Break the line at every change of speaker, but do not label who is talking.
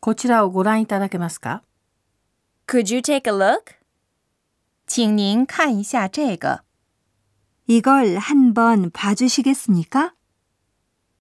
こちらをご覧いただけますか
Could you take a look?
请您看一下这个。
이걸 한번 봐주시겠습니까?